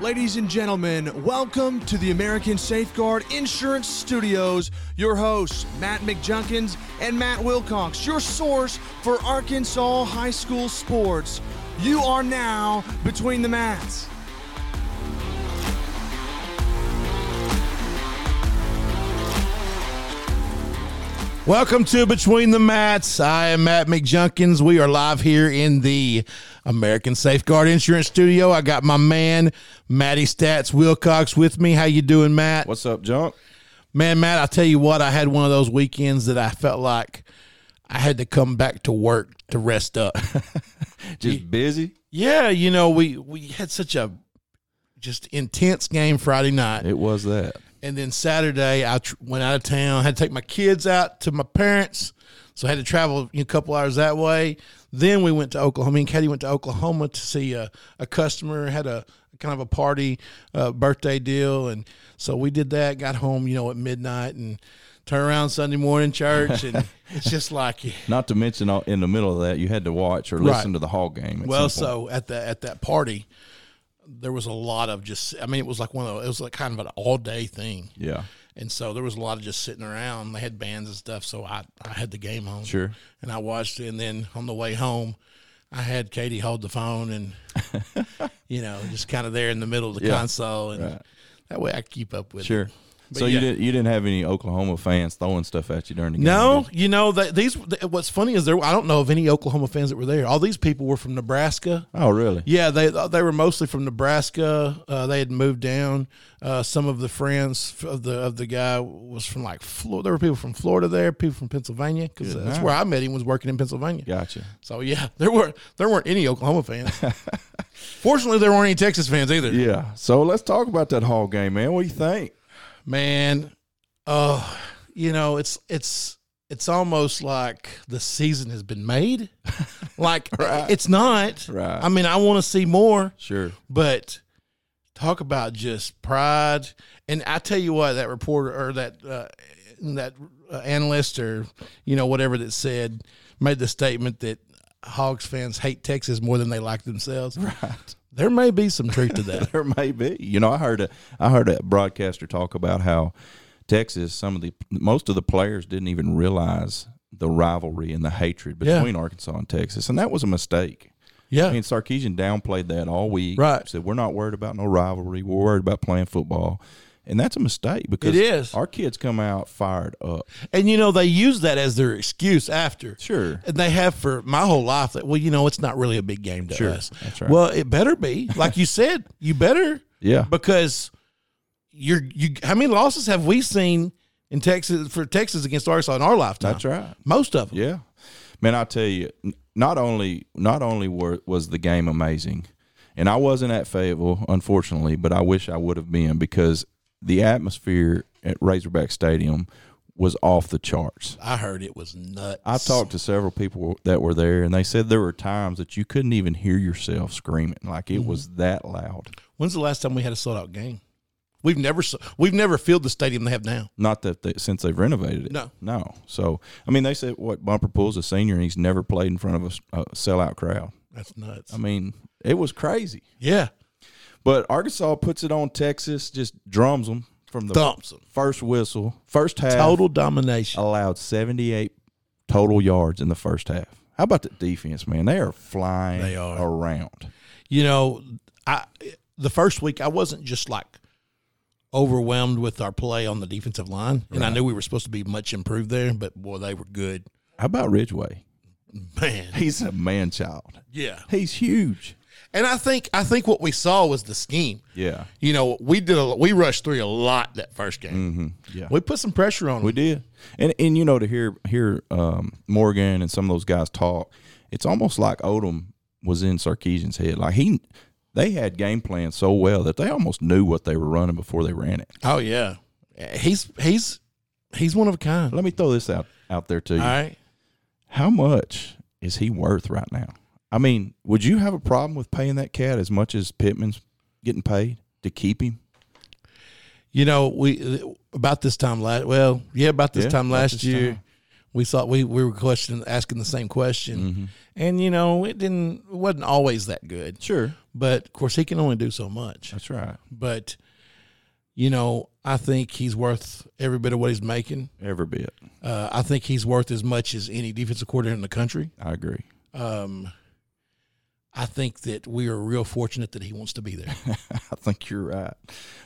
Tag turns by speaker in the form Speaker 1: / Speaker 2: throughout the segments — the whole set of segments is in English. Speaker 1: Ladies and gentlemen, welcome to the American Safeguard Insurance Studios. Your hosts, Matt McJunkins and Matt Wilcox, your source for Arkansas high school sports. You are now between the mats.
Speaker 2: Welcome to Between the Mats. I am Matt McJunkins. We are live here in the American Safeguard Insurance Studio. I got my man Matty Stats Wilcox with me. How you doing, Matt?
Speaker 3: What's up, Junk?
Speaker 2: Man, Matt, I tell you what, I had one of those weekends that I felt like I had to come back to work to rest up.
Speaker 3: Just busy.
Speaker 2: yeah, you know, we we had such a just intense game Friday night.
Speaker 3: It was that.
Speaker 2: And then Saturday, I tr- went out of town. Had to take my kids out to my parents, so I had to travel you know, a couple hours that way. Then we went to Oklahoma. Me and Katie went to Oklahoma to see a, a customer. Had a kind of a party, uh, birthday deal, and so we did that. Got home, you know, at midnight, and turned around Sunday morning church, and it's just like, yeah.
Speaker 3: Not to mention, uh, in the middle of that, you had to watch or listen to the Hall game. at
Speaker 2: well,
Speaker 3: some point.
Speaker 2: so at the at that party, there was a lot of just. I mean, it was like one of those, it was like kind of an all day thing.
Speaker 3: yeah,
Speaker 2: And so there was a lot of just sitting around. They had bands and stuff, so I, I had the game on.
Speaker 3: Sure.
Speaker 2: And I watched it, and then on the way home, I had Katie hold the phone and, you know, just kind of there in the middle of the
Speaker 3: Yeah.
Speaker 2: console, and
Speaker 3: Right.
Speaker 2: that way I could keep up with. it.
Speaker 3: sure.
Speaker 2: But
Speaker 3: So
Speaker 2: yeah.
Speaker 3: you didn't you didn't have any Oklahoma fans throwing stuff at you during the game?
Speaker 2: No,
Speaker 3: did
Speaker 2: you know that these. th- What's funny is there. I don't know of any Oklahoma fans that were there. All these people were from Nebraska.
Speaker 3: you? Oh, really?
Speaker 2: Yeah, they uh, they were mostly from Nebraska. Uh, they had moved down. Uh, some of the friends of the of the guy was from like Florida. There were people from Florida there, people from Pennsylvania, because that's
Speaker 3: night.
Speaker 2: where I met him. Was working in Pennsylvania.
Speaker 3: Gotcha.
Speaker 2: So yeah, there were there weren't any Oklahoma fans. Fortunately, there weren't any Texas fans either.
Speaker 3: Yeah. So let's talk about that Hall game, man. What do you think?
Speaker 2: Man, oh, you know it's it's it's almost like the season has been made. like it's not.
Speaker 3: Right.
Speaker 2: I mean, I want to see more.
Speaker 3: Sure.
Speaker 2: But talk about just pride. And I tell you what, that reporter or that uh, that uh, analyst or you know whatever that said made the statement that Hogs fans hate Texas more than they like themselves. Right. There may be some truth to that.
Speaker 3: There may be. You know, I heard a I heard a broadcaster talk about how Texas, some of the most of the players didn't even realize the rivalry and the hatred
Speaker 2: Yeah.
Speaker 3: between Arkansas and Texas, and that was a mistake.
Speaker 2: yeah.
Speaker 3: I mean, Sarkeesian downplayed that all week.
Speaker 2: Right.
Speaker 3: Said we're not worried about no rivalry. We're worried about playing football, and that's a mistake because
Speaker 2: It is.
Speaker 3: Our kids come out fired up.
Speaker 2: and you know they use that as their excuse after.
Speaker 3: Sure.
Speaker 2: And they have for my whole life that well, you know, it's not really a big game to
Speaker 3: Sure,
Speaker 2: us.
Speaker 3: that's right.
Speaker 2: Well, it better be. Like you said, you better
Speaker 3: Yeah.
Speaker 2: because you're you how many losses have we seen in Texas for Texas against Arkansas in our lifetime?
Speaker 3: That's right.
Speaker 2: Most of them.
Speaker 3: Yeah, man. I tell you, n- not only not only were, was the game amazing, and I wasn't at Fayetteville, unfortunately, but I wish I would have been because the atmosphere at Razorback Stadium was off the charts.
Speaker 2: I heard it was nuts.
Speaker 3: I talked to several people that were there, and they said there were times that you couldn't even hear yourself screaming, like it was
Speaker 2: Mm-hmm.
Speaker 3: that loud.
Speaker 2: When's the last time we had a sold out game? We've never s- we've never filled the stadium they have now.
Speaker 3: Not that they, since they've renovated it,
Speaker 2: No.
Speaker 3: no. So I mean, they said what Bumper Pool's a senior, and he's never played in front of a s- a sellout crowd.
Speaker 2: That's nuts.
Speaker 3: I mean, it was crazy.
Speaker 2: yeah,
Speaker 3: But Arkansas puts it on Texas, just drums them from the
Speaker 2: thumps 'em.
Speaker 3: first whistle. First half
Speaker 2: Total domination.
Speaker 3: allowed 78 total yards in the first half. How about the defense, man? They are flying
Speaker 2: They are.
Speaker 3: around.
Speaker 2: You know, I the first week I wasn't just like overwhelmed with our play on the defensive line, and I knew we were supposed to be much improved there, but boy, they were good,
Speaker 3: How about Ridgeway?
Speaker 2: man.
Speaker 3: He's a man child.
Speaker 2: Yeah,
Speaker 3: He's huge.
Speaker 2: and I think I think what we saw was the scheme.
Speaker 3: Yeah.
Speaker 2: You know, we did a we rushed through a lot that first game.
Speaker 3: Mm-hmm. Yeah.
Speaker 2: We put some pressure on them.
Speaker 3: We did. And and you know to hear hear um, Morgan and some of those guys talk, it's almost like Odom was in Sarkeesian's head. Like he they had game plans so well that they almost knew what they were running before they ran it.
Speaker 2: oh yeah, he's he's he's one of a kind. All
Speaker 3: Let me throw this out out there to you.
Speaker 2: right,
Speaker 3: How much is he worth right now? I mean, would you have a problem with paying that cat as much as Pittman's getting paid to keep him?
Speaker 2: you know we about this time last well yeah about this
Speaker 3: Yeah,
Speaker 2: time
Speaker 3: about
Speaker 2: last
Speaker 3: this
Speaker 2: year
Speaker 3: time.
Speaker 2: we thought we, we were questioning, asking the same question,
Speaker 3: Mm-hmm.
Speaker 2: and you know it didn't it wasn't always that good.
Speaker 3: Sure.
Speaker 2: But of course, he can only do so much.
Speaker 3: That's right.
Speaker 2: But you know, I think he's worth every bit of what he's making.
Speaker 3: Every bit.
Speaker 2: Uh, I think he's worth as much as any defensive coordinator in the country.
Speaker 3: I agree.
Speaker 2: Um, I think that we are real fortunate that he wants to be there.
Speaker 3: I think you're right.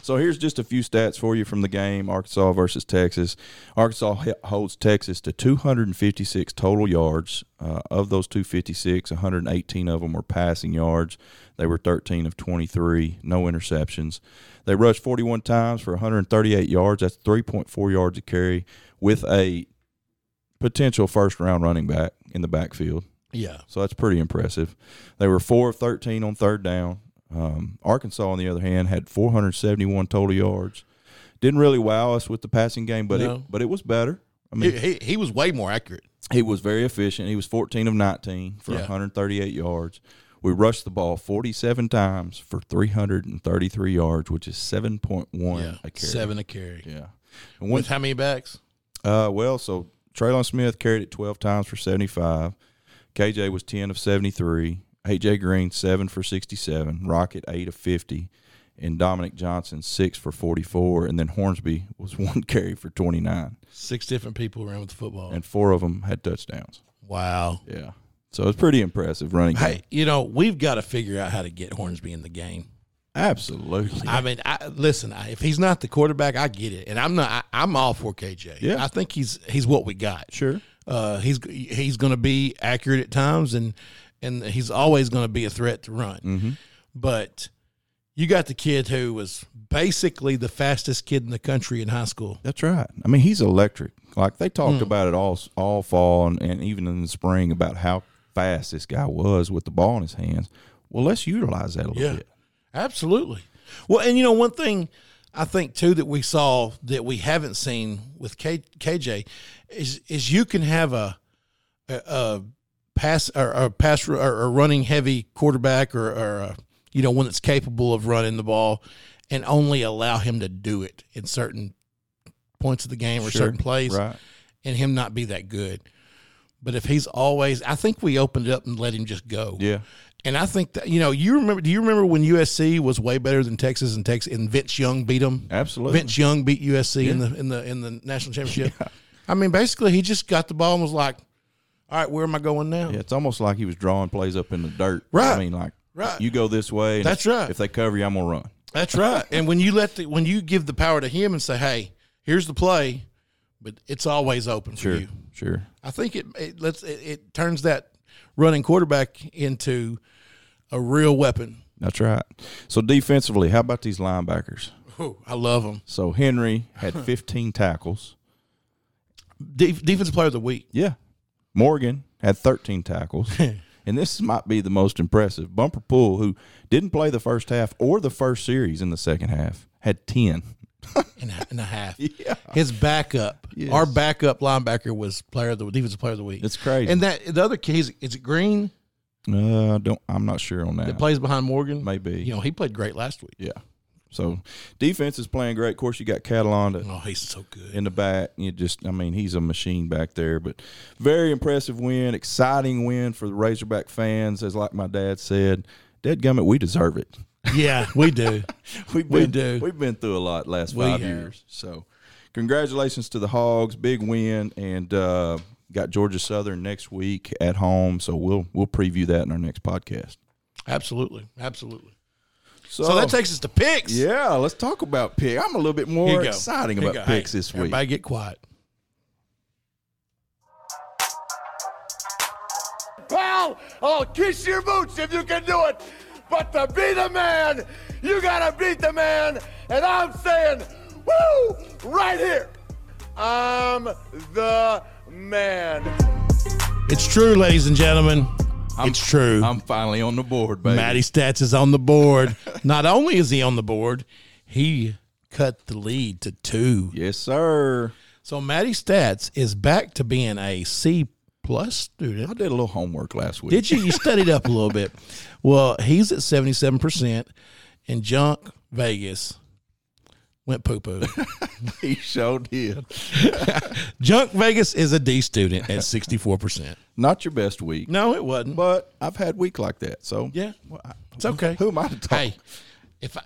Speaker 3: So here's just a few stats for you from the game Arkansas versus Texas. Arkansas he- holds Texas to 256 total yards. Uh, of those 256, 118 of them were passing yards. They were 13 of 23, no interceptions. They rushed 41 times for 138 yards. That's 3.4 yards a carry with a potential first round running back in the backfield.
Speaker 2: yeah.
Speaker 3: So that's pretty impressive. They were four of thirteen on third down. Um, Arkansas, on the other hand, had 471 total yards. Didn't really wow us with the passing game, but it
Speaker 2: No.
Speaker 3: but it was better. I mean,
Speaker 2: He, he, he was way more accurate.
Speaker 3: he was very efficient. He was 14 of 19 for
Speaker 2: Yeah.
Speaker 3: 138 yards. We rushed the ball 47 times for 333 yards, which is 7.1 a carry.
Speaker 2: Seven a carry.
Speaker 3: Yeah. And one
Speaker 2: With how many backs?
Speaker 3: uh, well, so Traylon Smith carried it 12 times for 75. KJ was 10 of 73. AJ Green, 7 for 67. Rocket, 8 of 50. And Dominic Johnson, 6 for 44. And then Hornsby was one carry for 29.
Speaker 2: Six different people around with the football.
Speaker 3: And four of them had touchdowns.
Speaker 2: wow.
Speaker 3: Yeah. So it's pretty impressive running. game.
Speaker 2: Hey, you know, we've got to figure out how to get Hornsby in the game.
Speaker 3: Absolutely.
Speaker 2: I mean, I, listen, I, if he's not the quarterback, I get it, and I'm not. I, I'm all for KJ.
Speaker 3: Yeah.
Speaker 2: I think he's he's what we got.
Speaker 3: Sure.
Speaker 2: uh, he's he's going to be accurate at times, and and he's always going to be a threat to run. But you got the kid who was basically the fastest kid in the country in high school.
Speaker 3: That's right. I mean, he's electric. Like they
Speaker 2: Hmm.
Speaker 3: talked about it all all fall and, and even in the spring about how fast this guy was with the ball in his hands. Well, let's utilize that a little bit.
Speaker 2: absolutely. Well, and you know one thing I think too that we saw that we haven't seen with K, KJ is is you can have a a, a pass or a pass or a running heavy quarterback or or a, you know one that's capable of running the ball and only allow him to do it in certain points of the game or certain plays
Speaker 3: Right.
Speaker 2: and him not be that good. But if he's always, I think we opened it up and let him just go.
Speaker 3: Yeah.
Speaker 2: And I think that you know, you remember? Do you remember when USC was way better than Texas and Texas and Vince Young beat them?
Speaker 3: Absolutely.
Speaker 2: Vince Young beat USC in the in the in the national championship. I mean, basically, he just got the ball and was like, "All right, where am I going now?"
Speaker 3: Yeah, it's almost like he was drawing plays up in the dirt. I
Speaker 2: Right.
Speaker 3: mean, like
Speaker 2: Right.
Speaker 3: you go this way. and
Speaker 2: That's
Speaker 3: if-
Speaker 2: right.
Speaker 3: If they cover you, I'm gonna run.
Speaker 2: That's right. and when you let the when you give the power to him and say, "Hey, here's the play," but it's always open for you.
Speaker 3: Sure.
Speaker 2: I think it it lets it, it turns that running quarterback into a real weapon.
Speaker 3: That's right. So defensively, how about these linebackers?
Speaker 2: Whew, I love him.
Speaker 3: So Henry had 15 tackles.
Speaker 2: Def defensive player of the week.
Speaker 3: Yeah. Morgan had 13 tackles. and this might be the most impressive. Bumper Pool, who didn't play the first half or the first series in the second half, had 10.
Speaker 2: and a, and a half. His backup, our backup linebacker was player of the defensive player of the week.
Speaker 3: It's crazy.
Speaker 2: And that the other kid is, is it Green
Speaker 3: Uh, I don't I'm not sure on
Speaker 2: that
Speaker 3: that.
Speaker 2: plays behind Morgan?
Speaker 3: Maybe.
Speaker 2: You know he played great last week.
Speaker 3: yeah. So defense is playing great. Of course, you got Catalan to,
Speaker 2: Oh, he's so good.
Speaker 3: in the back. You just, I mean, he's a machine back there. But very impressive win, exciting win for the Razorback fans. As like my dad said, Dead gummit, we deserve it.
Speaker 2: Yeah, we do.
Speaker 3: We've
Speaker 2: We
Speaker 3: been,
Speaker 2: do.
Speaker 3: We've been through a lot last
Speaker 2: We
Speaker 3: five
Speaker 2: have.
Speaker 3: years. So, congratulations to the Hogs, big win, and uh, got Georgia Southern next week at home. So we'll we'll preview that in our next podcast.
Speaker 2: absolutely, absolutely. So that takes us to picks.
Speaker 3: yeah. Let's talk about pick. I'm a little bit more
Speaker 2: Here you go.
Speaker 3: exciting
Speaker 2: Here you
Speaker 3: about
Speaker 2: go.
Speaker 3: picks
Speaker 2: Hey,
Speaker 3: this week.
Speaker 2: Everybody get quiet.
Speaker 4: pal. I'll kiss your boots if you can do it. But to be the man, you gotta beat the man. And I'm saying, woo, right here. I'm the man.
Speaker 2: It's true, ladies and gentlemen. it's true.
Speaker 3: I'm finally on the board, baby.
Speaker 2: Matty Stats is on the board. Not only is he on the board, he cut the lead to two.
Speaker 3: Yes, sir.
Speaker 2: So Matty Stats is back to being a C plus
Speaker 3: I
Speaker 2: student.
Speaker 3: did a little homework last week.
Speaker 2: Did you? You studied up a little bit. Well, he's at seventy seven percent, and Junk Vegas went poo poo.
Speaker 3: He sure did.
Speaker 2: Junk Vegas is a D student at 64%.
Speaker 3: Not your best week,
Speaker 2: No, it wasn't.
Speaker 3: but I've had week like that. So
Speaker 2: Yeah.
Speaker 3: Well, I-
Speaker 2: It's okay.
Speaker 3: Who am I to talk?
Speaker 2: Hey, if I,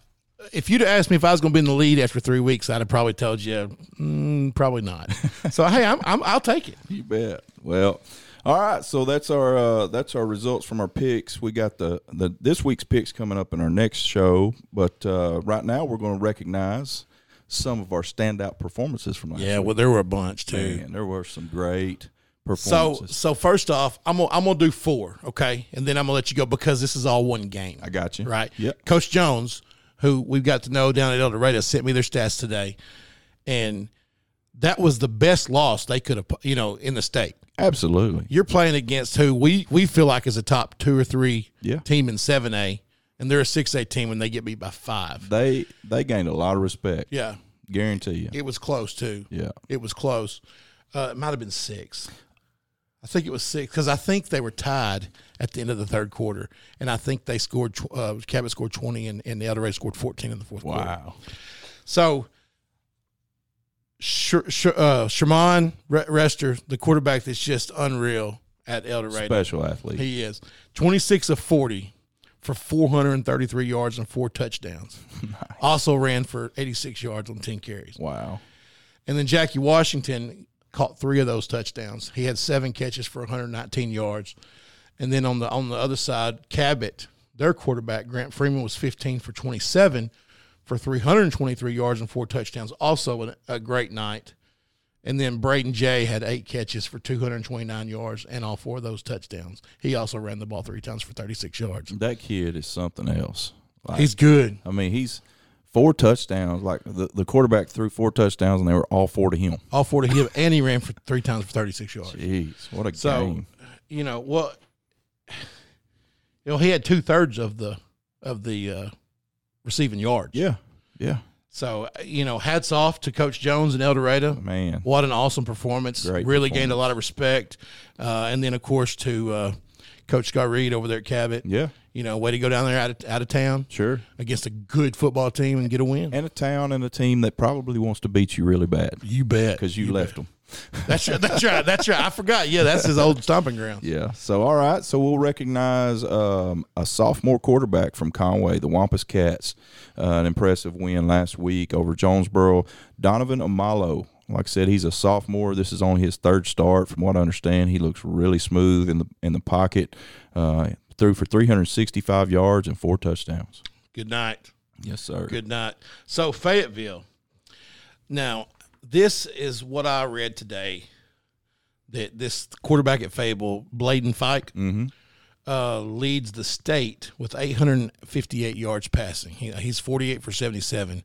Speaker 2: if you'd asked me if I was going to be in the lead after three weeks, I'd have probably told you, mm, probably not. so hey, I'm, I'm I'll take it.
Speaker 3: You bet. Well, all right. So that's our uh, that's our results from our picks. We got the, the this week's picks coming up in our next show, but uh, right now we're going to recognize some of our standout performances from last
Speaker 2: Yeah,
Speaker 3: week.
Speaker 2: well, there were a bunch too.
Speaker 3: Man, there were some great
Speaker 2: So
Speaker 3: performances.
Speaker 2: so first off, I'm gonna, I'm gonna do four, okay, and then I'm gonna let you go because this is all one game.
Speaker 3: I got you.
Speaker 2: right.
Speaker 3: Yep.
Speaker 2: Coach Jones, who we've got to know down at El Dorado, sent me their stats today, and that was the best loss they could have, you know, in the state.
Speaker 3: Absolutely.
Speaker 2: You're playing against who we we feel like is a top two or three
Speaker 3: Yeah.
Speaker 2: team in seven A, and they're a six A team when they get beat by five.
Speaker 3: They they gained a lot of respect.
Speaker 2: Yeah,
Speaker 3: Guarantee you.
Speaker 2: it was close too.
Speaker 3: yeah.
Speaker 2: It was close. Uh, it might have been six. I think it was six because I think they were tied at the end of the third quarter, and I think they scored. tw- Uh, Cabot scored twenty, and, and the Eldorado scored fourteen in the fourth quarter.
Speaker 3: Wow.
Speaker 2: So, Sh- Sh- uh, Sherman Re- Rester, the quarterback that's just unreal at Eldorado.
Speaker 3: Special athlete.
Speaker 2: He is twenty six of forty for four hundred and thirty three yards and four touchdowns. Also ran for eighty six yards on ten carries.
Speaker 3: Wow.
Speaker 2: And then Jackie Washington caught three of those touchdowns. He had seven catches for 119 yards. And then on the on the other side, Cabot, their quarterback Grant Freeman was 15 for 27 for 323 yards and four touchdowns. Also an, a great night. And then Braden Jay had eight catches for 229 yards and all four of those touchdowns. He also ran the ball three times for 36 yards.
Speaker 3: That kid is something else. Like,
Speaker 2: He's good.
Speaker 3: I mean, he's four touchdowns. Like the, the quarterback threw four touchdowns, and they were all four to him.
Speaker 2: All four to him, and he ran for three times for 36 yards.
Speaker 3: Jeez, what a
Speaker 2: So,
Speaker 3: game!
Speaker 2: you know, well, you know, he had two thirds of the of the uh, receiving yards.
Speaker 3: Yeah, yeah,
Speaker 2: So uh, you know, hats off to Coach Jones and El Dorado.
Speaker 3: man.
Speaker 2: What an awesome performance!
Speaker 3: Great
Speaker 2: really gained a lot of respect, uh, and then of course to uh, Coach Scott Reed over there at Cabot.
Speaker 3: Yeah,
Speaker 2: You know, way to go down there out of, out of town
Speaker 3: sure.
Speaker 2: against a good football team and get a win.
Speaker 3: And a town and a team that probably wants to beat you really bad
Speaker 2: you bet.
Speaker 3: because you, left them.
Speaker 2: That's right. That's right. That's right. I forgot. Yeah, that's his old stomping ground.
Speaker 3: Yeah. So all right. So we'll recognize um, a sophomore quarterback from Conway, the Wampus Cats, uh, an impressive win last week over Jonesboro. Donovan Amalo. Like I said, he's a sophomore. This is only his third start, from what I understand. He looks really smooth in the in the pocket. Uh, threw for 365 yards and four touchdowns.
Speaker 2: Good night.
Speaker 3: Yes, sir.
Speaker 2: Good night. So Fayetteville. Now, this is what I read today. That this quarterback at Fayetteville, Bladen Fike,
Speaker 3: Mm-hmm.
Speaker 2: uh, leads the state with 858 yards passing. He- he's 48 for 77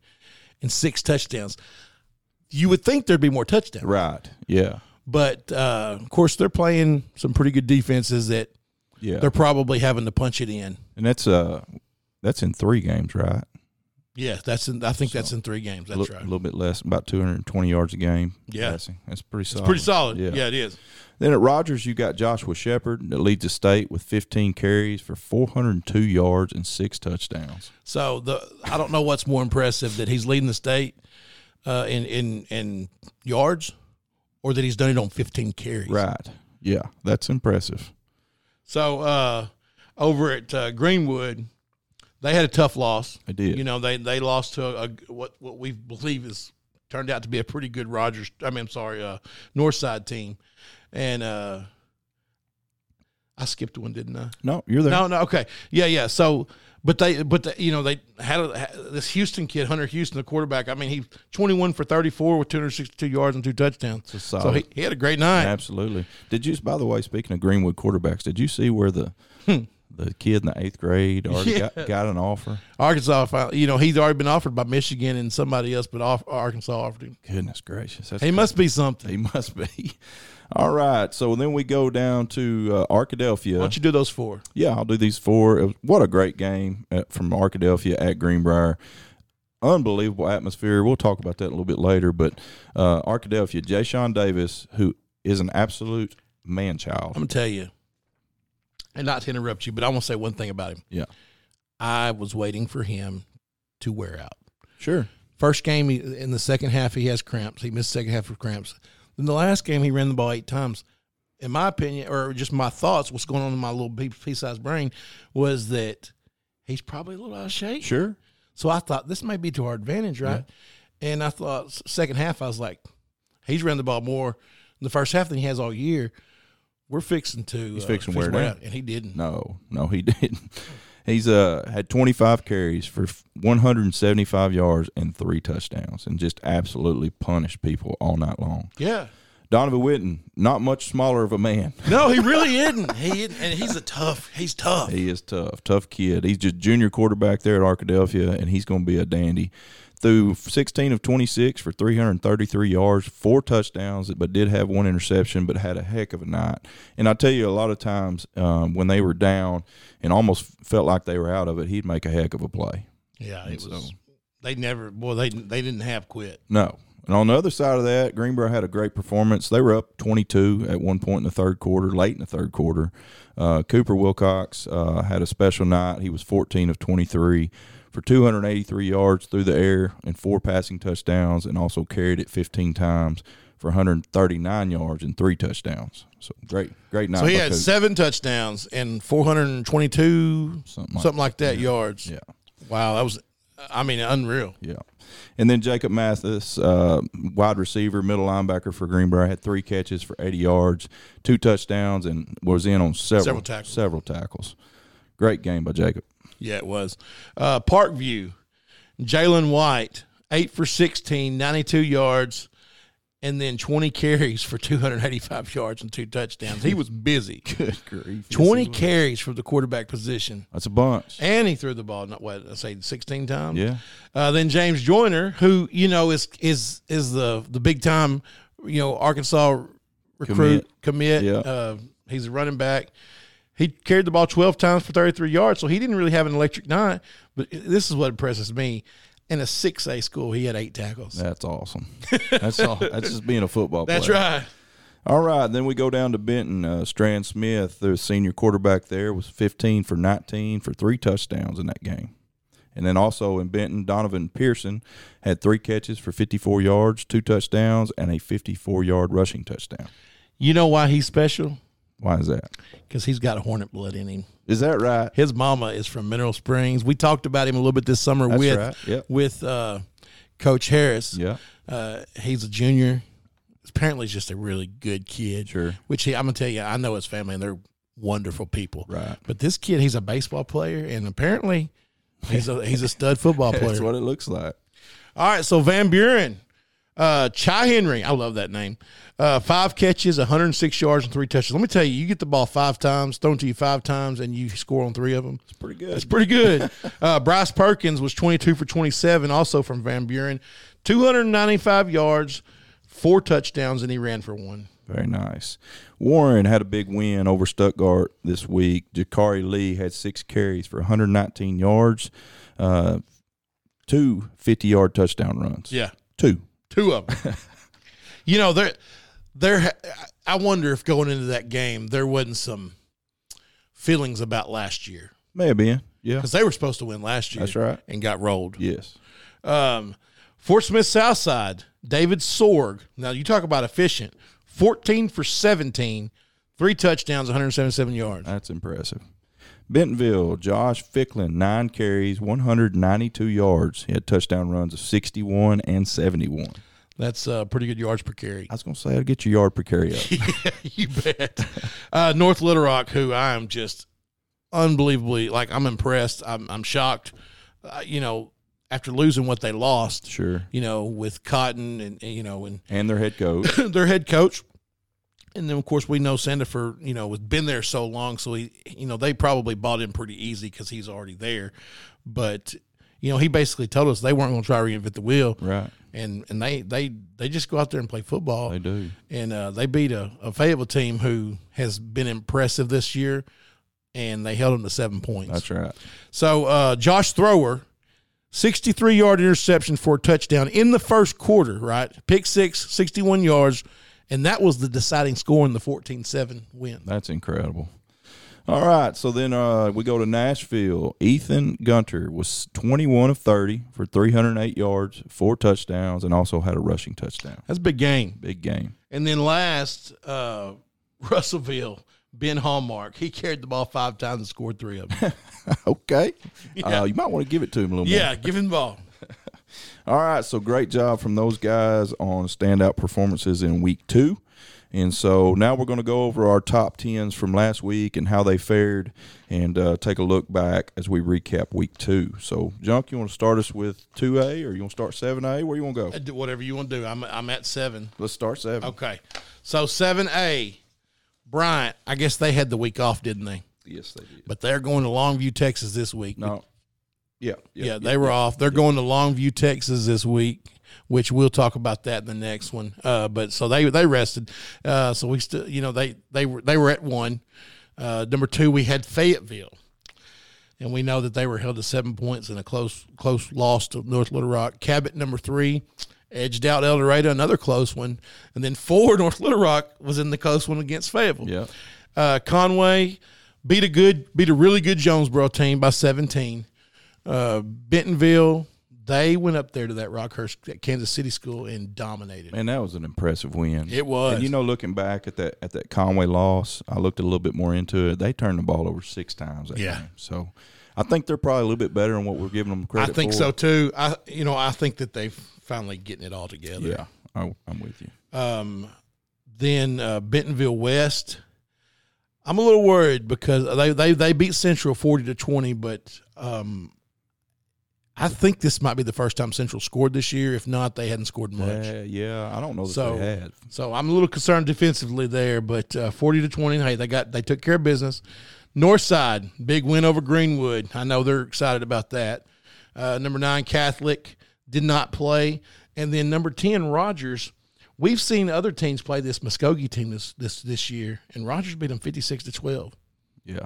Speaker 2: and six touchdowns. You would think there'd be more touchdowns,
Speaker 3: Right. Yeah.
Speaker 2: but uh, of course they're playing some pretty good defenses that
Speaker 3: Yeah.
Speaker 2: they're probably having to punch it in.
Speaker 3: and that's uh that's in three games, right?
Speaker 2: Yeah, that's in, I think that's in three games. That's
Speaker 3: A
Speaker 2: right.
Speaker 3: little bit less, about 220 yards a game.
Speaker 2: Yeah.
Speaker 3: passing. That's pretty solid.
Speaker 2: Pretty solid.
Speaker 3: Yeah.
Speaker 2: yeah, it is.
Speaker 3: Then at Rogers, you got Joshua Shepard that leads the state with 15 carries for 402 yards and six touchdowns.
Speaker 2: So the I don't know what's more impressive that he's leading the state uh, in in in yards, or that he's done it on 15 carries.
Speaker 3: Right. Yeah, that's impressive.
Speaker 2: So uh, over at uh, Greenwood, they had a tough loss.
Speaker 3: They did.
Speaker 2: You know they they lost to a, a- what what we believe is turned out to be a pretty good Rogers. I mean, I'm sorry, uh, Northside team, and uh, I skipped one, didn't I?
Speaker 3: No, you're there.
Speaker 2: No, no, okay, yeah, yeah. So, but they, but they, you know, they had, a, had this Houston kid, Hunter Houston, the quarterback. I mean, he twenty-one for thirty-four with two hundred sixty-two yards and two touchdowns.
Speaker 3: a
Speaker 2: So
Speaker 3: solid-
Speaker 2: he, he had a great night.
Speaker 3: Absolutely. Did you? By the way, speaking of Greenwood quarterbacks, did you see where the
Speaker 2: Hmm.
Speaker 3: the kid in the eighth grade already got, got an offer?
Speaker 2: Arkansas, fin- you know, he's already been offered by Michigan and somebody else, but off, Arkansas offered him.
Speaker 3: Goodness gracious, that's
Speaker 2: He must be something.
Speaker 3: He must be. All right. So then we go down to uh, Arkadelphia.
Speaker 2: Why don't you do those four?
Speaker 3: Yeah, I'll do these four. It was- What a great game at, from Arkadelphia at Greenbrier. Unbelievable atmosphere. We'll talk about that a little bit later. But uh, Arkadelphia, Jay Sean Davis, who is an absolute man
Speaker 2: I'm
Speaker 3: child.
Speaker 2: gonna tell you, and not to interrupt you, but I want to say one thing about him.
Speaker 3: Yeah.
Speaker 2: I was waiting for him to wear out.
Speaker 3: Sure.
Speaker 2: First game he, in the second half, he has cramps. He missed the second half with cramps. Then the last game, he ran the ball eight times. In my opinion, or just my thoughts, what's going on in my little pea sized brain was that he's probably a little out of shape.
Speaker 3: Sure.
Speaker 2: So I thought this may be to our advantage, right? And I thought s- second half, I was like, he's running the ball more in the first half than he has all year. We're fixing to he's
Speaker 3: fixing wear down.
Speaker 2: and he didn't.
Speaker 3: No, no, he didn't. He's uh had 25 carries for f- 175 yards and three touchdowns, and just absolutely punished people all night long.
Speaker 2: Yeah,
Speaker 3: Donovan Witten, not much smaller of a man.
Speaker 2: no, he really isn't. He isn't. and he's a tough. He's tough.
Speaker 3: He is tough, tough kid. He's just junior quarterback there at Arkadelphia, and he's going to be a dandy. Through 16 of 26 for 333 yards, four touchdowns, but did have one interception, but had a heck of a night. And I tell you, a lot of times um, when they were down and almost felt like they were out of it, he'd make a heck of a play.
Speaker 2: Yeah, it was. They never. Boy, they they didn't have quit.
Speaker 3: No. And on the other side of that, Greenboro had a great performance. They were up 22 at one point in the third quarter, late in the third quarter. Uh, Cooper Wilcox uh, had a special night. He was 14 of 23 for 283 yards through the air and four passing touchdowns, and also carried it 15 times for 139 yards and three touchdowns. So great, great night.
Speaker 2: So he
Speaker 3: by
Speaker 2: had
Speaker 3: Coop.
Speaker 2: seven touchdowns and 422 something
Speaker 3: like-
Speaker 2: like, that yards.
Speaker 3: Yeah.
Speaker 2: Wow, that was. I mean, unreal.
Speaker 3: Yeah. And then Jacob Mathis, uh, wide receiver, middle linebacker for Greenbrier, had three catches for 80 yards, two touchdowns, and was in on several
Speaker 2: Several tackles.
Speaker 3: several tackles. Great game by Jacob.
Speaker 2: Yeah, it was. Uh, Parkview, Jalen White, eight for 16, 92 yards, and then 20 carries for 285 yards and two touchdowns. He was busy.
Speaker 3: Good grief.
Speaker 2: 20 carries for the quarterback position.
Speaker 3: That's a bunch.
Speaker 2: And he threw the ball, not what I say, sixteen times.
Speaker 3: Yeah.
Speaker 2: Uh, then James Joyner, who you know is is is the the big time, you know Arkansas recruit commit.
Speaker 3: Yeah.
Speaker 2: Uh, he's a running back. He carried the ball twelve times for thirty three yards, so he didn't really have an electric night. But this is what impresses me: in a six A school, he had eight tackles.
Speaker 3: That's awesome. That's all. That's just being a football player.
Speaker 2: That's right.
Speaker 3: All right, then we go down to Benton. Uh, Strand Smith, the senior quarterback there, was 15 for 19 for three touchdowns in that game. And then also in Benton, Donovan Pearson had three catches for 54 yards, two touchdowns, and a 54 yard rushing touchdown.
Speaker 2: You know why he's special?
Speaker 3: Why is that?
Speaker 2: Because he's got hornet blood in him.
Speaker 3: Is that right?
Speaker 2: His mama is from Mineral Springs. We talked about him a little bit this summer with
Speaker 3: right. Yep.
Speaker 2: with uh, Coach Harris.
Speaker 3: Yeah.
Speaker 2: Uh, he's a junior. Apparently, he's just a really good kid.
Speaker 3: Sure.
Speaker 2: Which he, I'm gonna tell you, I know his family, and they're wonderful people.
Speaker 3: Right.
Speaker 2: But this kid, he's a baseball player, and apparently, he's a he's a stud football
Speaker 3: That's
Speaker 2: player.
Speaker 3: what it looks like.
Speaker 2: All right, so Van Buren, uh, Chai Henry, I love that name. Uh, five catches, 106 yards, and three touches. Let me tell you, you get the ball five times, thrown to you five times, and you score on three of them. It's
Speaker 3: Pretty
Speaker 2: That's
Speaker 3: good.
Speaker 2: pretty good. uh, Bryce Perkins was 22 for 27, also from Van Buren, 295 yards, four touchdowns, and he ran for one.
Speaker 3: Very nice. Warren had a big win over Stuttgart this week. Jakari Lee had six carries for 119 yards, uh, two 50 yard touchdown runs.
Speaker 2: Yeah,
Speaker 3: Two.
Speaker 2: two of them. you know, there, there. I wonder if going into that game there wasn't some feelings about last year.
Speaker 3: May have been. Yeah.
Speaker 2: because they were supposed to win last year.
Speaker 3: That's right.
Speaker 2: and got rolled.
Speaker 3: Yes.
Speaker 2: Um, Fort Smith Southside, David Sorg. Now you talk about efficient. Fourteen for seventeen, three touchdowns, 177 yards.
Speaker 3: That's impressive. Bentonville, Josh Ficklin, nine carries, 192 yards. He had touchdown runs of 61 and 71.
Speaker 2: That's uh, pretty good yards per carry.
Speaker 3: I was going to say, I'll get your yard per carry up.
Speaker 2: you bet. Uh, North Little Rock, who I am just unbelievably like, I'm impressed. I'm I'm shocked. Uh, you know, after losing what they lost,
Speaker 3: sure.
Speaker 2: you know, with Cotton and and, you know and
Speaker 3: And their head coach.
Speaker 2: their head coach. And then, of course, we know Sandifer, you know, has been there so long. So, he, you know, they probably bought him pretty easy because he's already there. But, you know, he basically told us they weren't going to try to reinvent the wheel.
Speaker 3: right.
Speaker 2: And and they, they, they just go out there and play football.
Speaker 3: They do.
Speaker 2: And uh, they beat a, a Fayetteville team who has been impressive this year. And they held them to seven points.
Speaker 3: That's right.
Speaker 2: So uh, Josh Thrower, 63 yard interception for a touchdown in the first quarter, right? Pick six, 61 yards. And that was the deciding score in the 14 7 win.
Speaker 3: That's incredible. All right, so then uh, we go to Nashville. Ethan Gunter was 21 of 30 for 308 yards, four touchdowns, and also had a rushing touchdown.
Speaker 2: That's a big game.
Speaker 3: Big game.
Speaker 2: And then last, uh, Russellville, Ben Hallmark. He carried the ball five times and scored three of them.
Speaker 3: Okay.
Speaker 2: Yeah.
Speaker 3: Uh, you might want to give it to him a little more.
Speaker 2: yeah, give him the ball.
Speaker 3: All right, so great job from those guys on standout performances in week two. And so now we're going to go over our top 10s from last week and how they fared and uh, take a look back as we recap week two. So, Junk, you want to start us with 2A or you want to start 7A? Where you want to
Speaker 2: I
Speaker 3: go?
Speaker 2: Uh, do whatever you want to do. I'm, I'm at seven.
Speaker 3: Let's start 7.
Speaker 2: Okay. So 7A, Bryant, I guess they had the week off, didn't they?
Speaker 3: Yes, they did.
Speaker 2: But they're going to Longview, Texas this week.
Speaker 3: No. Yeah.
Speaker 2: Yeah, they were off. They're going to Longview, Texas this week, which we'll talk about that in the next one. Uh, but so they they rested. Uh, so we still, you know, they they were they were at one. Uh, number two, we had Fayetteville, and we know that they were held to seven points in a close close loss to North Little Rock. Cabot number three. Edged out El Dorado, another close one, and then four North Little Rock was in the close one against Fayetteville.
Speaker 3: Yeah.
Speaker 2: Uh, Conway beat a good, beat a really good Jonesboro team by 17. Uh, Bentonville, they went up there to that Rockhurst, that Kansas City school, and dominated.
Speaker 3: Man, that was an impressive win.
Speaker 2: It was.
Speaker 3: And you know, looking back at that at that Conway loss, I looked a little bit more into it. They turned the ball over six times. That
Speaker 2: Yeah.
Speaker 3: game. So I think they're probably a little bit better than what we're giving them
Speaker 2: I
Speaker 3: credit.
Speaker 2: think
Speaker 3: for.
Speaker 2: so too. I, you know, I think that they've finally getting it all together.
Speaker 3: Yeah, I, I'm with you.
Speaker 2: Um, then uh, Bentonville West. I'm a little worried because they, they, they beat Central 40 to 20, but um, I think this might be the first time Central scored this year. If not, they hadn't scored much.
Speaker 3: Yeah, yeah, I don't know that
Speaker 2: So-
Speaker 3: they had.
Speaker 2: So I'm a little concerned defensively there, but uh, 40 to 20. Hey, they got they took care of business. Northside, big win over Greenwood. I know they're excited about that. Uh, number nine Catholic did not play, and then number ten Rogers. We've seen other teams play this Muskogee team this this this year, and Rogers beat them 56 to 12.
Speaker 3: Yeah,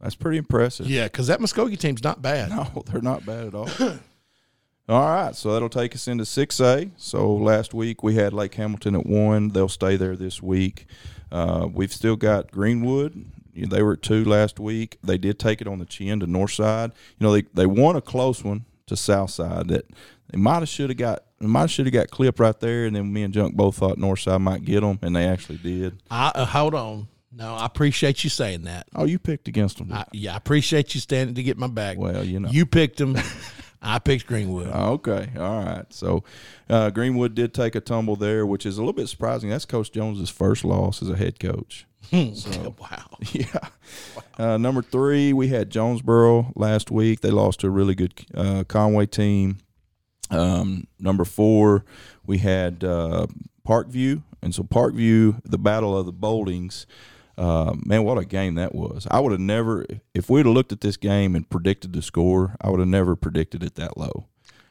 Speaker 3: that's pretty impressive.
Speaker 2: Yeah, because that Muskogee team's not bad.
Speaker 3: No, they're not bad at all. all right, so that'll take us into 6A. So last week we had Lake Hamilton at 1. They'll stay there this week. Uh, we've still got Greenwood. You know, They were at 2 last week. They did take it on the chin to Northside. You know, they, they won a close one to Southside that they might have should have got they might have should have got clipped right there and then me and Junk both thought Northside might get them and they actually did.
Speaker 2: I uh, hold on. No, I appreciate you saying that.
Speaker 3: Oh, you picked against them.
Speaker 2: I, yeah, I appreciate you standing to get my back.
Speaker 3: Well, you know.
Speaker 2: you picked them. I picked Greenwood.
Speaker 3: Oh, Okay, all right. So uh, Greenwood did take a tumble there, which is a little bit surprising. That's Coach Jones's first loss as a head coach.
Speaker 2: wow.
Speaker 3: yeah. Uh, number three, we had Jonesboro last week. They lost to a really good uh, Conway team. Um, number four, we had uh, Parkview, and so Parkview, the battle of the Boldings. Uh, man, what a game that was! I would have never, if we'd have looked at this game and predicted the score, I would have never predicted it that low.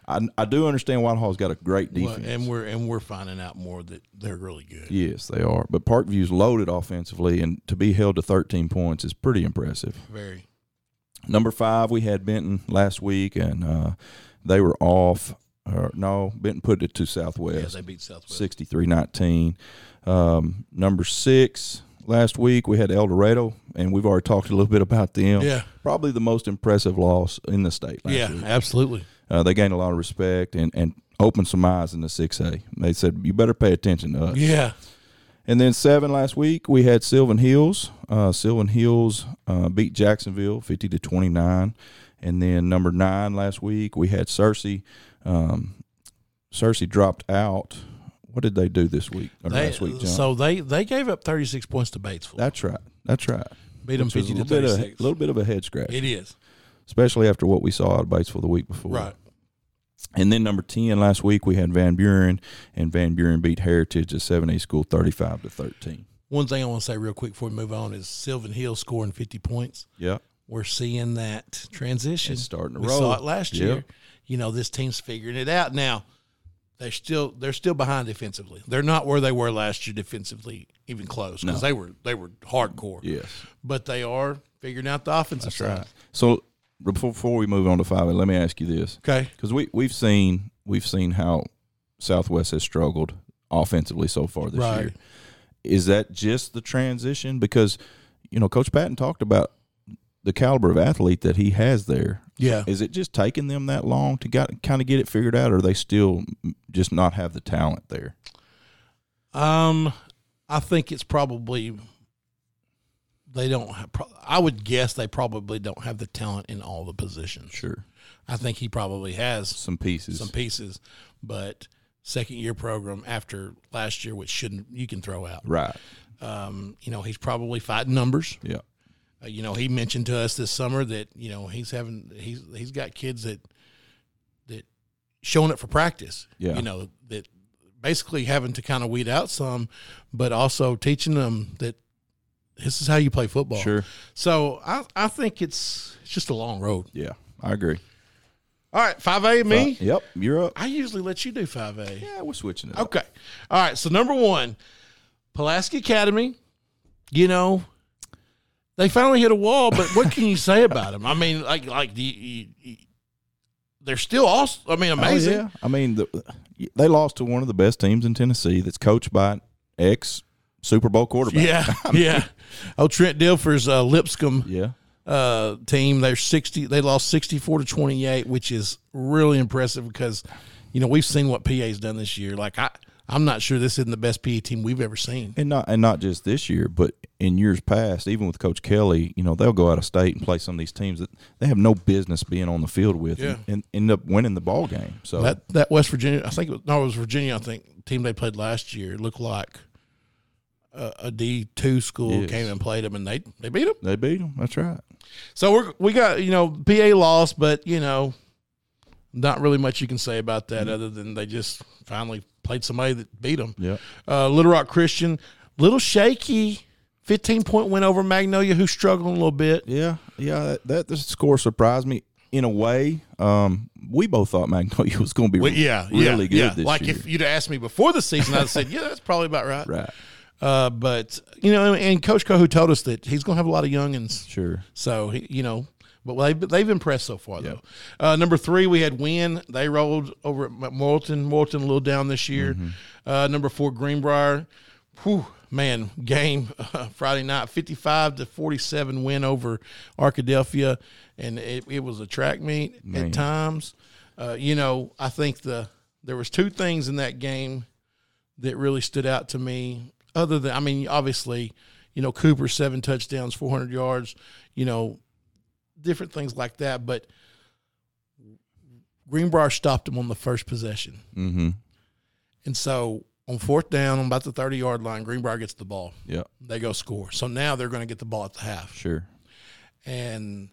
Speaker 3: I, I do understand Whitehall's got a great
Speaker 2: Well,
Speaker 3: defense.
Speaker 2: and we're and we're finding out more that they're really good.
Speaker 3: yes, they are, but Parkview's loaded offensively, and to be held to 13 points is pretty impressive.
Speaker 2: Very.
Speaker 3: Number five, we had Benton last week, and uh, they were off. Or, no, Benton put it to
Speaker 2: Yeah,
Speaker 3: Southwest,
Speaker 2: they beat Southwest.
Speaker 3: sixty-three nineteen. 63 Um, number six, last week we had El Dorado, and we've already talked a little bit about them.
Speaker 2: Yeah.
Speaker 3: Probably the most impressive loss in the state last
Speaker 2: Yeah,
Speaker 3: week.
Speaker 2: absolutely.
Speaker 3: Uh, they gained a lot of respect and, and opened some eyes in the 6A. They said, you better pay attention to us.
Speaker 2: Yeah.
Speaker 3: And then seven last week, we had Sylvan Hills. Uh, Sylvan Hills uh, beat Jacksonville 50 to 29. And then number nine last week, we had Cersei. Um, Cersei dropped out. What did they do this week or
Speaker 2: They, uh,
Speaker 3: last week, John?
Speaker 2: so they they gave up 36 points to Batesville.
Speaker 3: that's right. That's right.
Speaker 2: beat them
Speaker 3: Which was
Speaker 2: 50
Speaker 3: a
Speaker 2: to
Speaker 3: little bit, of,
Speaker 2: 36.
Speaker 3: little bit of a head scratch,
Speaker 2: it is.
Speaker 3: especially after what we saw at Batesville the week before.
Speaker 2: Right.
Speaker 3: And then number 10 last week, we had Van Buren, and Van Buren beat Heritage at 7A school 35 to 13.
Speaker 2: One thing I want to say real quick before we move on is Sylvan Hill scoring 50 points.
Speaker 3: Yeah.
Speaker 2: We're seeing that transition.
Speaker 3: It's starting to
Speaker 2: we
Speaker 3: roll.
Speaker 2: saw it last
Speaker 3: Yeah.
Speaker 2: year. You know, this team's figuring it out now. They're still they're still behind defensively. They're not where they were last year defensively, even close because they were they were hardcore.
Speaker 3: Yes.
Speaker 2: but they are figuring out the offensive side.
Speaker 3: So before, before we move on to five, let me ask you this:
Speaker 2: Okay.
Speaker 3: because we we've seen we've seen how Southwest has struggled offensively so far this
Speaker 2: Right.
Speaker 3: year. Is that just the transition? Because you know, Coach Patton talked about the caliber of athlete that he has there.
Speaker 2: Yeah.
Speaker 3: Is it just taking them that long to got kind of get it figured out, or they still just not have the talent there?
Speaker 2: Um, I think it's probably they don't. Have, pro- I would guess they probably don't have the talent in all the positions.
Speaker 3: Sure,
Speaker 2: I think he probably has
Speaker 3: some pieces.
Speaker 2: some pieces, but second year program after last year, which shouldn't you can throw out.
Speaker 3: right.
Speaker 2: Um, you know he's probably fighting numbers.
Speaker 3: Yeah.
Speaker 2: Uh, you know he mentioned to us this summer that you know he's having he's he's got kids that that showing up for practice
Speaker 3: Yeah.
Speaker 2: you know that basically having to kind of weed out some but also teaching them that this is how you play football
Speaker 3: Sure.
Speaker 2: so i i think it's it's just a long road
Speaker 3: Yeah. I agree.
Speaker 2: all right 5a me
Speaker 3: Uh, yep. You're up.
Speaker 2: i usually let you do 5a
Speaker 3: Yeah, we're switching it. up.
Speaker 2: okay all right so number one pulaski academy you know they finally hit a wall, but what can you say about them? I mean, like, like the, you, you, they're still awesome. I mean,
Speaker 3: Oh,
Speaker 2: amazing.
Speaker 3: yeah. I mean, the, they lost to one of the best teams in Tennessee that's coached by an ex Super Bowl quarterback.
Speaker 2: Yeah, yeah. Oh, Trent Dilfer's uh, Lipscomb
Speaker 3: Yeah.
Speaker 2: uh, team. They're sixty. They lost sixty-four to twenty-eight, which is really impressive because, you know, we've seen what PA's done this year. Like I, I'm not sure this isn't the best PA team we've ever seen.
Speaker 3: And not and not just this year, but in years past, even with Coach Kelly, you know, they'll go out of state and play some of these teams that they have no business being on the field with
Speaker 2: Yeah.
Speaker 3: and, and end up winning the ball game. So
Speaker 2: That that West Virginia, I think it was no, it was Virginia. I think team they played last year looked like a, a D two school
Speaker 3: Yes.
Speaker 2: came and played them, and they they beat them.
Speaker 3: they beat them. That's right.
Speaker 2: So we're we got you know PA lost, but you know, not really much you can say about that
Speaker 3: Mm-hmm.
Speaker 2: other than they just finally played somebody that beat them.
Speaker 3: Yeah.
Speaker 2: Uh, Little Rock Christian, little shaky, fifteen point win over Magnolia, who's struggling a little bit.
Speaker 3: Yeah, yeah. That, that the score surprised me in a way. Um, we both thought Magnolia was going to be
Speaker 2: But yeah, yeah,
Speaker 3: really good
Speaker 2: yeah.
Speaker 3: this
Speaker 2: like
Speaker 3: year.
Speaker 2: if you'd asked me before the season, I'd have said, yeah, that's probably about right.
Speaker 3: right,
Speaker 2: Uh, but you know, and, and Coach Cohu told us that he's going to have a lot of youngins.
Speaker 3: sure.
Speaker 2: So he- you know, but they've they've impressed so far though. Uh, number three, we had Win. They rolled over at Morton. Morton a little down this year. Uh, number four, Greenbrier. Whew, man, game uh, Friday night, fifty-five to forty-seven win over Arkadelphia, and it, it was a track meet at times. Uh, you know, I think the there was two things in that game that really stood out to me. Other than, I mean, obviously, you know, Cooper seven touchdowns, four hundred yards, you know, different things like that. But Greenbrier stopped him on the first possession,
Speaker 3: Mm-hmm.
Speaker 2: and so on fourth down, on about the thirty yard line, Greenbrier gets the ball.
Speaker 3: Yeah,
Speaker 2: They go score. So now they're going to get the ball at the half,
Speaker 3: sure.
Speaker 2: and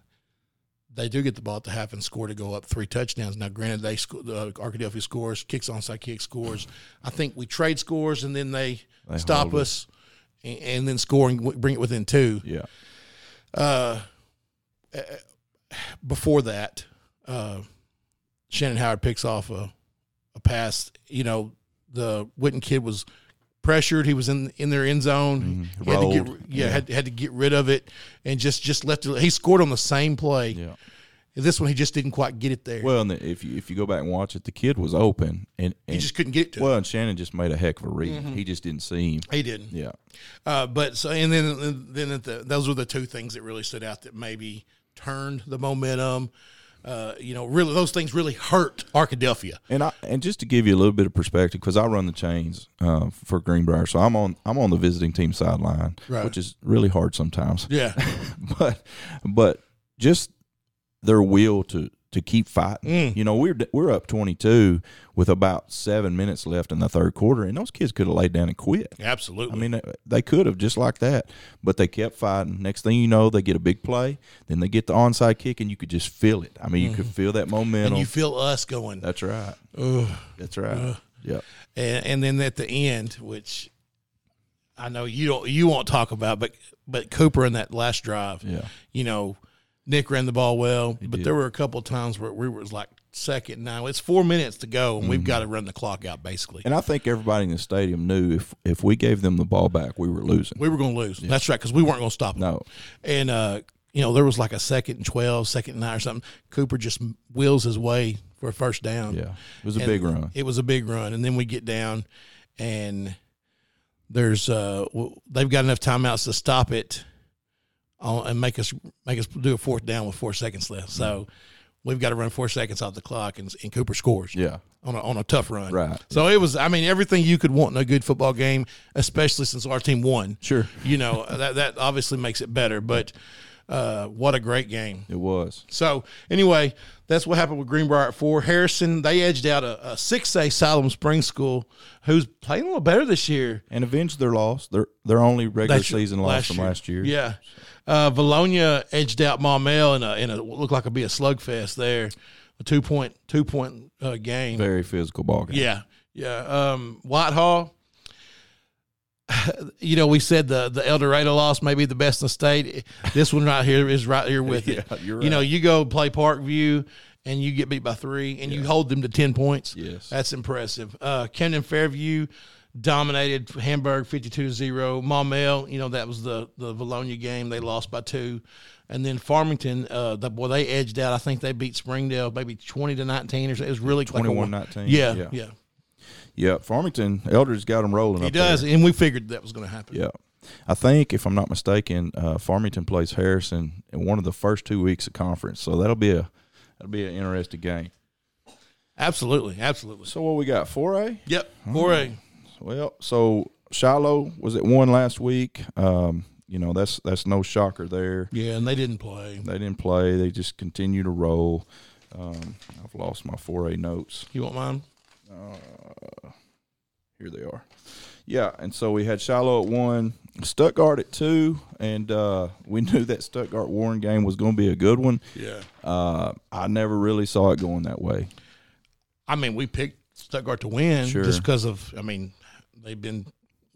Speaker 2: they do get the ball at the half and score to go up three touchdowns. Now, granted, they sco- the Arkadelphia scores, kicks onside kick scores. I think we trade scores, and then they,
Speaker 3: They
Speaker 2: stop
Speaker 3: hold it.
Speaker 2: us, and, and then score and w- bring it within two.
Speaker 3: Yeah,
Speaker 2: before that, uh, Shannon Howard picks off a, a pass. You know, the Witten kid was pressured. He was in in their end zone.
Speaker 3: Mhm.
Speaker 2: He had to get,
Speaker 3: Rolled.
Speaker 2: yeah, Had, had to get rid of it and just just left it. He scored on the same play.
Speaker 3: yeah.
Speaker 2: This one, he just didn't quite get it there.
Speaker 3: Well, and the, if you if you go back and watch it, the kid was open, and,
Speaker 2: he
Speaker 3: and
Speaker 2: just couldn't get it Mm-hmm. to him.
Speaker 3: well, and Shannon just made a heck of a read. He just didn't see him.
Speaker 2: He didn't.
Speaker 3: Yeah,
Speaker 2: Uh, but so and then and then at the, those were the two things that really stood out that maybe turned the momentum. Uh, you know, really those things really hurt Arkadelphia.
Speaker 3: and I and just to give you a little bit of perspective, because I run the chains uh, for Greenbrier, so I'm on I'm on the visiting team sideline,
Speaker 2: Right.
Speaker 3: which is really hard sometimes.
Speaker 2: Yeah,
Speaker 3: but but just their will to to keep
Speaker 2: Mm.
Speaker 3: fighting. You know, we're we're up 22 with about 7 minutes left in the third quarter and those kids could have laid down and quit.
Speaker 2: absolutely.
Speaker 3: I mean, they- they could have just like that, but they kept fighting. Next thing you know, they get a big play, then they get the onside kick and you could just feel it. I mean, you could feel that momentum.
Speaker 2: Mm-hmm. and you feel us going.
Speaker 3: That's right. That's right. Yep.
Speaker 2: And, and then at the end, which I know you don't you won't talk about, but but Cooper in that last drive,
Speaker 3: Yeah.
Speaker 2: you know, Nick ran the ball well, but there were a couple of times where we was like second now. It's four minutes to go, and we've got to run the clock out basically.
Speaker 3: Mm-hmm. And I think everybody in the stadium knew if if we gave them the ball back, we were losing.
Speaker 2: we were going to lose. That's right, because we weren't going to stop. 'em.
Speaker 3: no.
Speaker 2: And uh, you know, there was like a second and 12, second and nine or something. Cooper just wheels his way for a first down.
Speaker 3: Yeah. It was a
Speaker 2: And
Speaker 3: big run.
Speaker 2: It was a big run, and then we get down, and there's uh w- they've got enough timeouts to stop it on, and make us make us do a fourth down with four seconds left. So we've got to run four seconds off the clock, and, and Cooper scores.
Speaker 3: Yeah.
Speaker 2: on a, on a tough run.
Speaker 3: Right.
Speaker 2: So it was. I mean, everything you could want in a good football game, especially since our team won.
Speaker 3: Sure.
Speaker 2: You know that that obviously makes it better, but. Uh, what a great game!
Speaker 3: It was.
Speaker 2: So anyway, that's what happened with Greenbrier at four. Harrison they edged out a, a six A Salem Springs School, who's playing a little better this year.
Speaker 3: And avenged their loss. Their their only regular
Speaker 2: That's-
Speaker 3: season loss from last year.
Speaker 2: Yeah, uh, Bologna edged out Maumelle in a in a what looked like it'd be a slugfest there, a two point two point uh, game.
Speaker 3: Very physical ball game.
Speaker 2: Yeah, yeah. Um, Whitehall. You know, we said the the El Dorado loss may be the best in the state. This one right here is right here with
Speaker 3: Yeah,
Speaker 2: it.
Speaker 3: you're
Speaker 2: You know, you go play Parkview and you get beat by three, and you hold them to ten points.
Speaker 3: Yes.
Speaker 2: that's impressive. Uh, Camden Fairview dominated Hamburg 52-0. Maumelle, you know, that was the the Bologna game. They lost by two, and then Farmington. Uh, the boy they edged out. I think they beat Springdale maybe twenty to nineteen or so. It was really like a-
Speaker 3: 21-19,
Speaker 2: Yeah,
Speaker 3: yeah.
Speaker 2: yeah,
Speaker 3: Yeah. Farmington Eldridge got them rolling.
Speaker 2: He
Speaker 3: up
Speaker 2: does,
Speaker 3: there.
Speaker 2: and we figured that was going to happen.
Speaker 3: Yeah. I think, if I'm not mistaken, uh, Farmington plays Harrison in one of the first two weeks of conference. So that'll be a that'll be an interesting game.
Speaker 2: Absolutely, absolutely.
Speaker 3: So what we got? Four A.
Speaker 2: Yep, four A.
Speaker 3: Well, so Shiloh was at one last week. Um, you know that's that's no shocker there.
Speaker 2: Yeah, and they didn't play.
Speaker 3: They didn't play. They just continue to roll. Um, I've lost my four A notes.
Speaker 2: You want mine?
Speaker 3: Here they are. Yeah, and so we had Shiloh at one, Stuttgart at two, and uh, we knew that Stuttgart Warren game was going to be a good one.
Speaker 2: Yeah.
Speaker 3: Uh, I never really saw it going that way.
Speaker 2: I mean, we picked Stuttgart to win
Speaker 3: Sure.
Speaker 2: just because of. I mean, they've been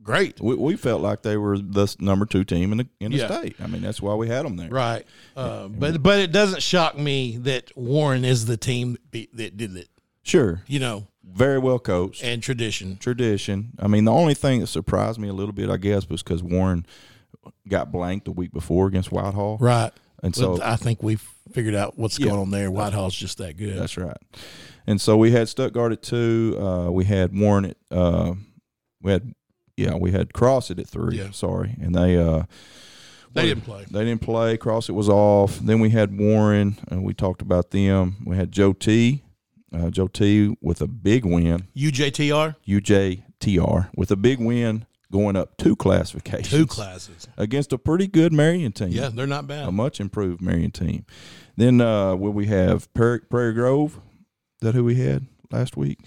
Speaker 2: great.
Speaker 3: We, we felt like they were the number two team in the in the
Speaker 2: Yeah.
Speaker 3: state. I mean, that's why we had them there.
Speaker 2: Right. Uh, but but it doesn't shock me that Warren is the team that, be, that did it.
Speaker 3: Sure,
Speaker 2: You know,
Speaker 3: very well coached.
Speaker 2: and tradition.
Speaker 3: tradition. I mean, the only thing that surprised me a little bit, I guess, was because Warren got blanked the week before against Whitehall.
Speaker 2: Right.
Speaker 3: And
Speaker 2: So
Speaker 3: so
Speaker 2: I think we've figured out what's
Speaker 3: Yeah.
Speaker 2: going on there. Whitehall's just that good.
Speaker 3: that's right. And so we had Stuttgart at two. Uh, we had Warren at. Uh, we had yeah, we had Cross it at three.
Speaker 2: Yeah.
Speaker 3: Sorry, and they uh,
Speaker 2: they didn't play.
Speaker 3: They didn't play. Cross it was off. Then we had Warren, and we talked about them. We had Joe T. Uh, Joe T. with a big win.
Speaker 2: UJTR
Speaker 3: UJTR with a big win, going up two classifications.
Speaker 2: two classes.
Speaker 3: against a pretty good Marion team.
Speaker 2: Yeah, they're not bad.
Speaker 3: a much improved Marion team. Then uh, will we have Prairie, Prairie Grove? Is that who we had last week?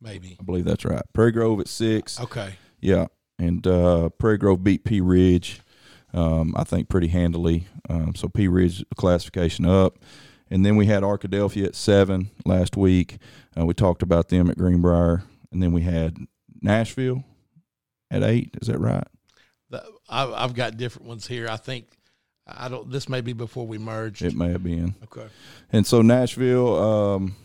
Speaker 2: Maybe.
Speaker 3: I believe that's right. Prairie Grove at six.
Speaker 2: Okay.
Speaker 3: Yeah, and uh, Prairie Grove beat P Ridge. Um, I think pretty handily. Um, so P Ridge classification up. And then we had Arkadelphia at seven last week. Uh, we talked about them at Greenbrier, and then we had Nashville at eight. Is that right?
Speaker 2: The- I, I've got different ones here. I think I don't. This may be before we merged.
Speaker 3: It may have been.
Speaker 2: okay.
Speaker 3: And so Nashville, um,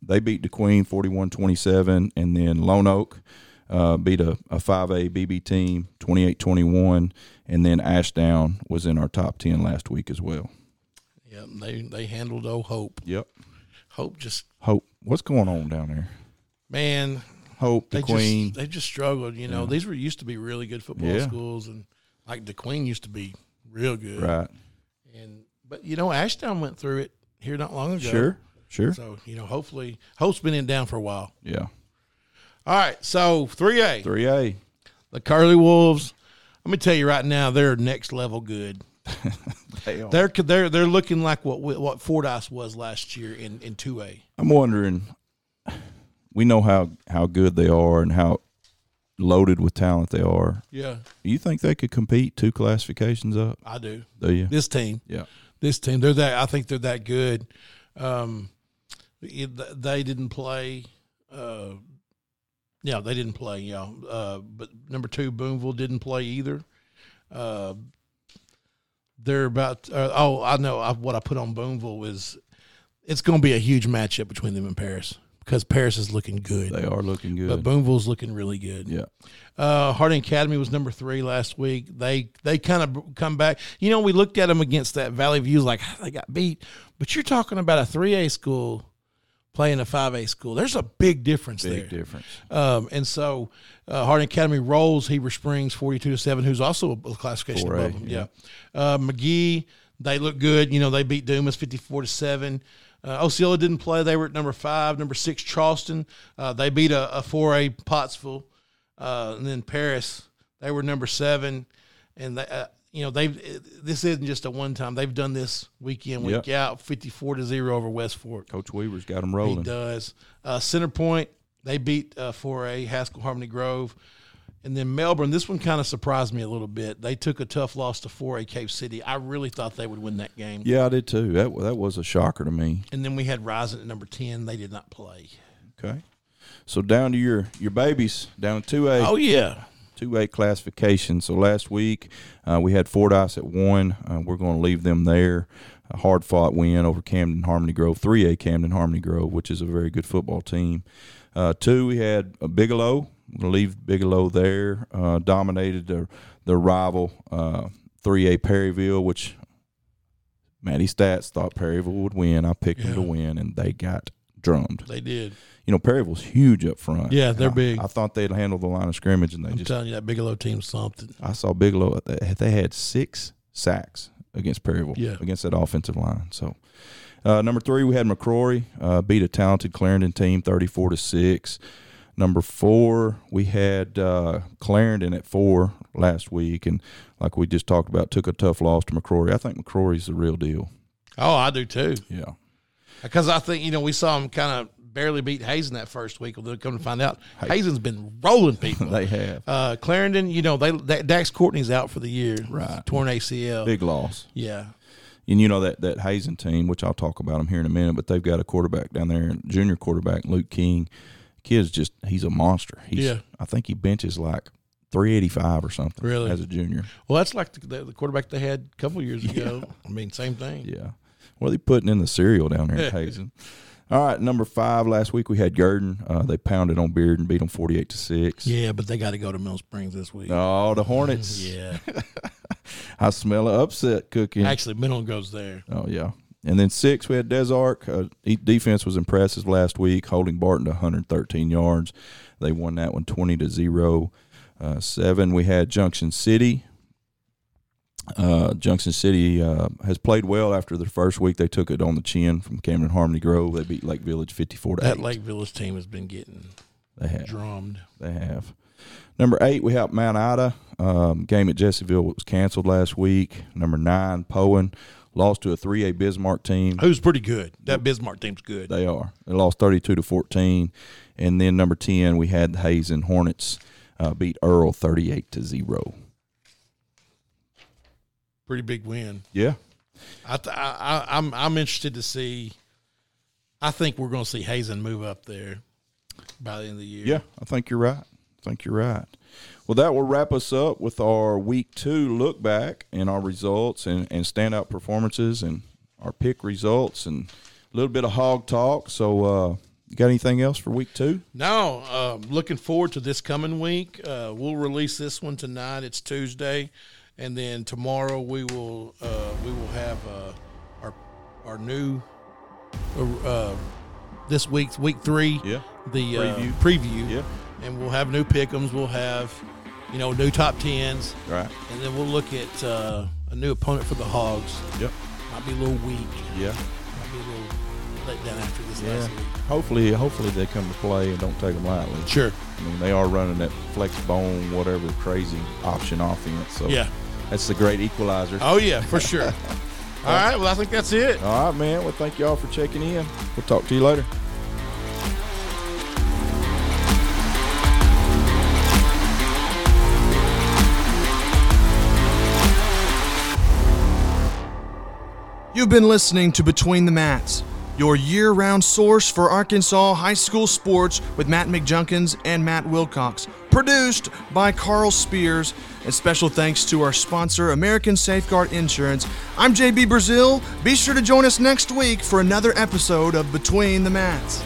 Speaker 3: they beat the Queen 41 27. And then Lone Oak uh, beat a, a 5A BB team 28 21. And then Ashdown was in our top 10 last week as well.
Speaker 2: Yeah. They they handled old Hope.
Speaker 3: Yep.
Speaker 2: Hope just
Speaker 3: Hope. What's going on down there?
Speaker 2: man.
Speaker 3: Hope, the
Speaker 2: They
Speaker 3: Queen.
Speaker 2: just they just struggled. You know, these were used to be really good football
Speaker 3: Yeah.
Speaker 2: schools, and like the Queen used to be real good.
Speaker 3: right.
Speaker 2: And but you know, Ashdown went through it here not long ago.
Speaker 3: Sure. Sure.
Speaker 2: So you know, hopefully, Hope's been in down for a while.
Speaker 3: Yeah.
Speaker 2: All right. So three A.
Speaker 3: 3A.
Speaker 2: The Curly Wolves. Let me tell you right now, they're next level good.
Speaker 3: Oh.
Speaker 2: they're they're they're looking like what we- what Fordyce was last year in in two A.
Speaker 3: I'm wondering. We know how, how good they are and how loaded with talent they are.
Speaker 2: Yeah,
Speaker 3: Do you think they could compete two classifications up?
Speaker 2: I do.
Speaker 3: Do you?
Speaker 2: This team,
Speaker 3: Yeah.
Speaker 2: this team, they're that. I think they're that good. Um, it- they didn't play. Uh, yeah, they didn't play. Yeah, uh, but number two, Boonville didn't play either. Uh, they're about. Uh, oh, I know. I, what I put on Boonville is it's going to be a huge matchup between them and Paris because Paris is looking good,
Speaker 3: They are looking good.
Speaker 2: but Boonville's looking really good.
Speaker 3: yeah.
Speaker 2: Uh, Harding Academy was number three last week. They they kind of come back. You know, we looked at them against that Valley View, like they got beat. But you're talking about a three A school playing a 5A school. There's a big difference there.
Speaker 3: Big difference.
Speaker 2: Um, and so uh, Harding Academy rolls Heber Springs 42 to 7, who's also a classification
Speaker 3: 4A,
Speaker 2: above them. Yeah. Uh, McGee, they look good. You know, they beat Dumas 54 to 7. Uh, Osceola didn't play. They were at number five. Number six, Charleston. Uh, they beat a, a 4A Pottsville. Uh, and then Paris, they were number seven. And, they, uh, you know, they've this isn't just a one time. They've done this week in, week out, 54 to 0 over West Fork.
Speaker 3: Coach Weaver's got them
Speaker 2: He
Speaker 3: rolling.
Speaker 2: does. Uh, Center Point, they beat uh, 4A, Haskell Harmony Grove. And then Melbourne, this one kind of surprised me a little bit. They took a tough loss to 4A Cape City. I really thought they would win that game.
Speaker 3: Yeah, I did too. That that was a shocker to me.
Speaker 2: And then we had Rising at number 10. They did not play.
Speaker 3: Okay. So down to your your babies down to two A.
Speaker 2: Oh, yeah.
Speaker 3: two A classification. So last week uh, we had Fordyce at one. Uh, we're going to leave them there. A hard fought win over Camden Harmony Grove, three A Camden Harmony Grove, which is a very good football team. Uh, two, we had uh, Bigelow. We'll leave Bigelow there. Uh, dominated their their rival uh, three A Perryville, which Matty Stats thought Perryville would win. I picked them to win, and they got drummed.
Speaker 2: They did.
Speaker 3: You know, Perryville's huge up front.
Speaker 2: Yeah, they're
Speaker 3: I-
Speaker 2: big.
Speaker 3: I thought they'd handle the line of scrimmage, and they
Speaker 2: I'm
Speaker 3: just
Speaker 2: telling you, that Bigelow team's something.
Speaker 3: I saw Bigelow. They they had six sacks against Perryville,
Speaker 2: Yeah.
Speaker 3: against that offensive line. So, uh, number three, we had McCrory uh, beat a talented Clarendon team, thirty-four to six. Number four, we had uh, Clarendon at four last week, and like we just talked about, took a tough loss to McCrory. I think McCrory's the real deal.
Speaker 2: Oh, I do too.
Speaker 3: Yeah,
Speaker 2: Because I think, you know, we saw them kind of barely beat Hazen that first week. Well, then come to find out, Hazen's been rolling people.
Speaker 3: they have
Speaker 2: Uh, Clarendon, you know, they that Dax Courtney's out for the year,
Speaker 3: Right.
Speaker 2: Torn ACL.
Speaker 3: big loss.
Speaker 2: Yeah,
Speaker 3: and you know that that Hazen team, which I'll talk about them here in a minute, but they've got a quarterback down there, junior quarterback Luke King. Kid's just he's a monster. He's,
Speaker 2: Yeah.
Speaker 3: I think he benches like three eighty five or something.
Speaker 2: Really?
Speaker 3: as a junior.
Speaker 2: well, that's like the, the, the quarterback they had a couple years ago. I mean, same thing.
Speaker 3: Yeah. What are they putting in the cereal down there in Hazen? All right, number five. Last week we had Gurdon. Uh, they pounded on Beard and beat them forty eight to six.
Speaker 2: Yeah, but they got to go to Mill Springs this week.
Speaker 3: Oh, the Hornets!
Speaker 2: Yeah,
Speaker 3: I smell an upset cooking.
Speaker 2: actually, Mill goes there.
Speaker 3: Oh yeah. And then six, we had Desark. Uh, he- defense was impressive last week, holding Barton to 113 yards. They won that one 20 to zero. Uh, seven, we had Junction City. Uh, Junction City uh, has played well after their first week. They took it on the chin from Cameron Harmony Grove. They beat Lake Village 54 to
Speaker 2: That
Speaker 3: 8.
Speaker 2: Lake Village team has been getting
Speaker 3: they have.
Speaker 2: drummed.
Speaker 3: They have. Number eight, we have Mount Ida. Um, game at Jesseville was canceled last week. Number nine, Poen lost to a 3A Bismarck team.
Speaker 2: Who's pretty good? That Bismarck team's good.
Speaker 3: They are. They lost 32 to 14. And then number 10, we had the Hayes and Hornets uh, beat Earl 38 to 0.
Speaker 2: Pretty big win.
Speaker 3: Yeah.
Speaker 2: I, th- I, I I'm I'm interested to see. I think we're going to see Hazen move up there by the end of the year.
Speaker 3: Yeah. I think you're right. I think you're right. Well, that will wrap us up with our week two look back and our results and, and standout performances and our pick results and a little bit of hog talk. So, uh, you got anything else for week two?
Speaker 2: No, uh, looking forward to this coming week. Uh, we'll release this one tonight. It's Tuesday, and then tomorrow we will uh, we will have uh, our our new uh, uh, this week's week three.
Speaker 3: Yeah.
Speaker 2: the
Speaker 3: Preview.
Speaker 2: Uh, preview.
Speaker 3: Yeah.
Speaker 2: and we'll have new pickums. We'll have you know new top tens,
Speaker 3: Right.
Speaker 2: and then we'll look at uh, a new opponent for the Hogs.
Speaker 3: Yep.
Speaker 2: Might be a little weak.
Speaker 3: Yeah.
Speaker 2: Might be a little let down after this
Speaker 3: Yeah.
Speaker 2: last week.
Speaker 3: Hopefully, hopefully they come to play and don't take them lightly.
Speaker 2: Sure.
Speaker 3: I mean, they are running that flex bone, whatever crazy option offense. So
Speaker 2: Yeah.
Speaker 3: that's the great equalizer.
Speaker 2: Oh yeah, for sure. All right, well I think that's it.
Speaker 3: All right, man. Well, thank y'all for checking in. We'll talk to you later.
Speaker 1: You've been listening to Between the Mats, your year round source for Arkansas high school sports with Matt McJunkins and Matt Wilcox. Produced by Carl Spears, and special thanks to our sponsor, American Safeguard Insurance. I'm JB Brazil. Be sure to join us next week for another episode of Between the Mats.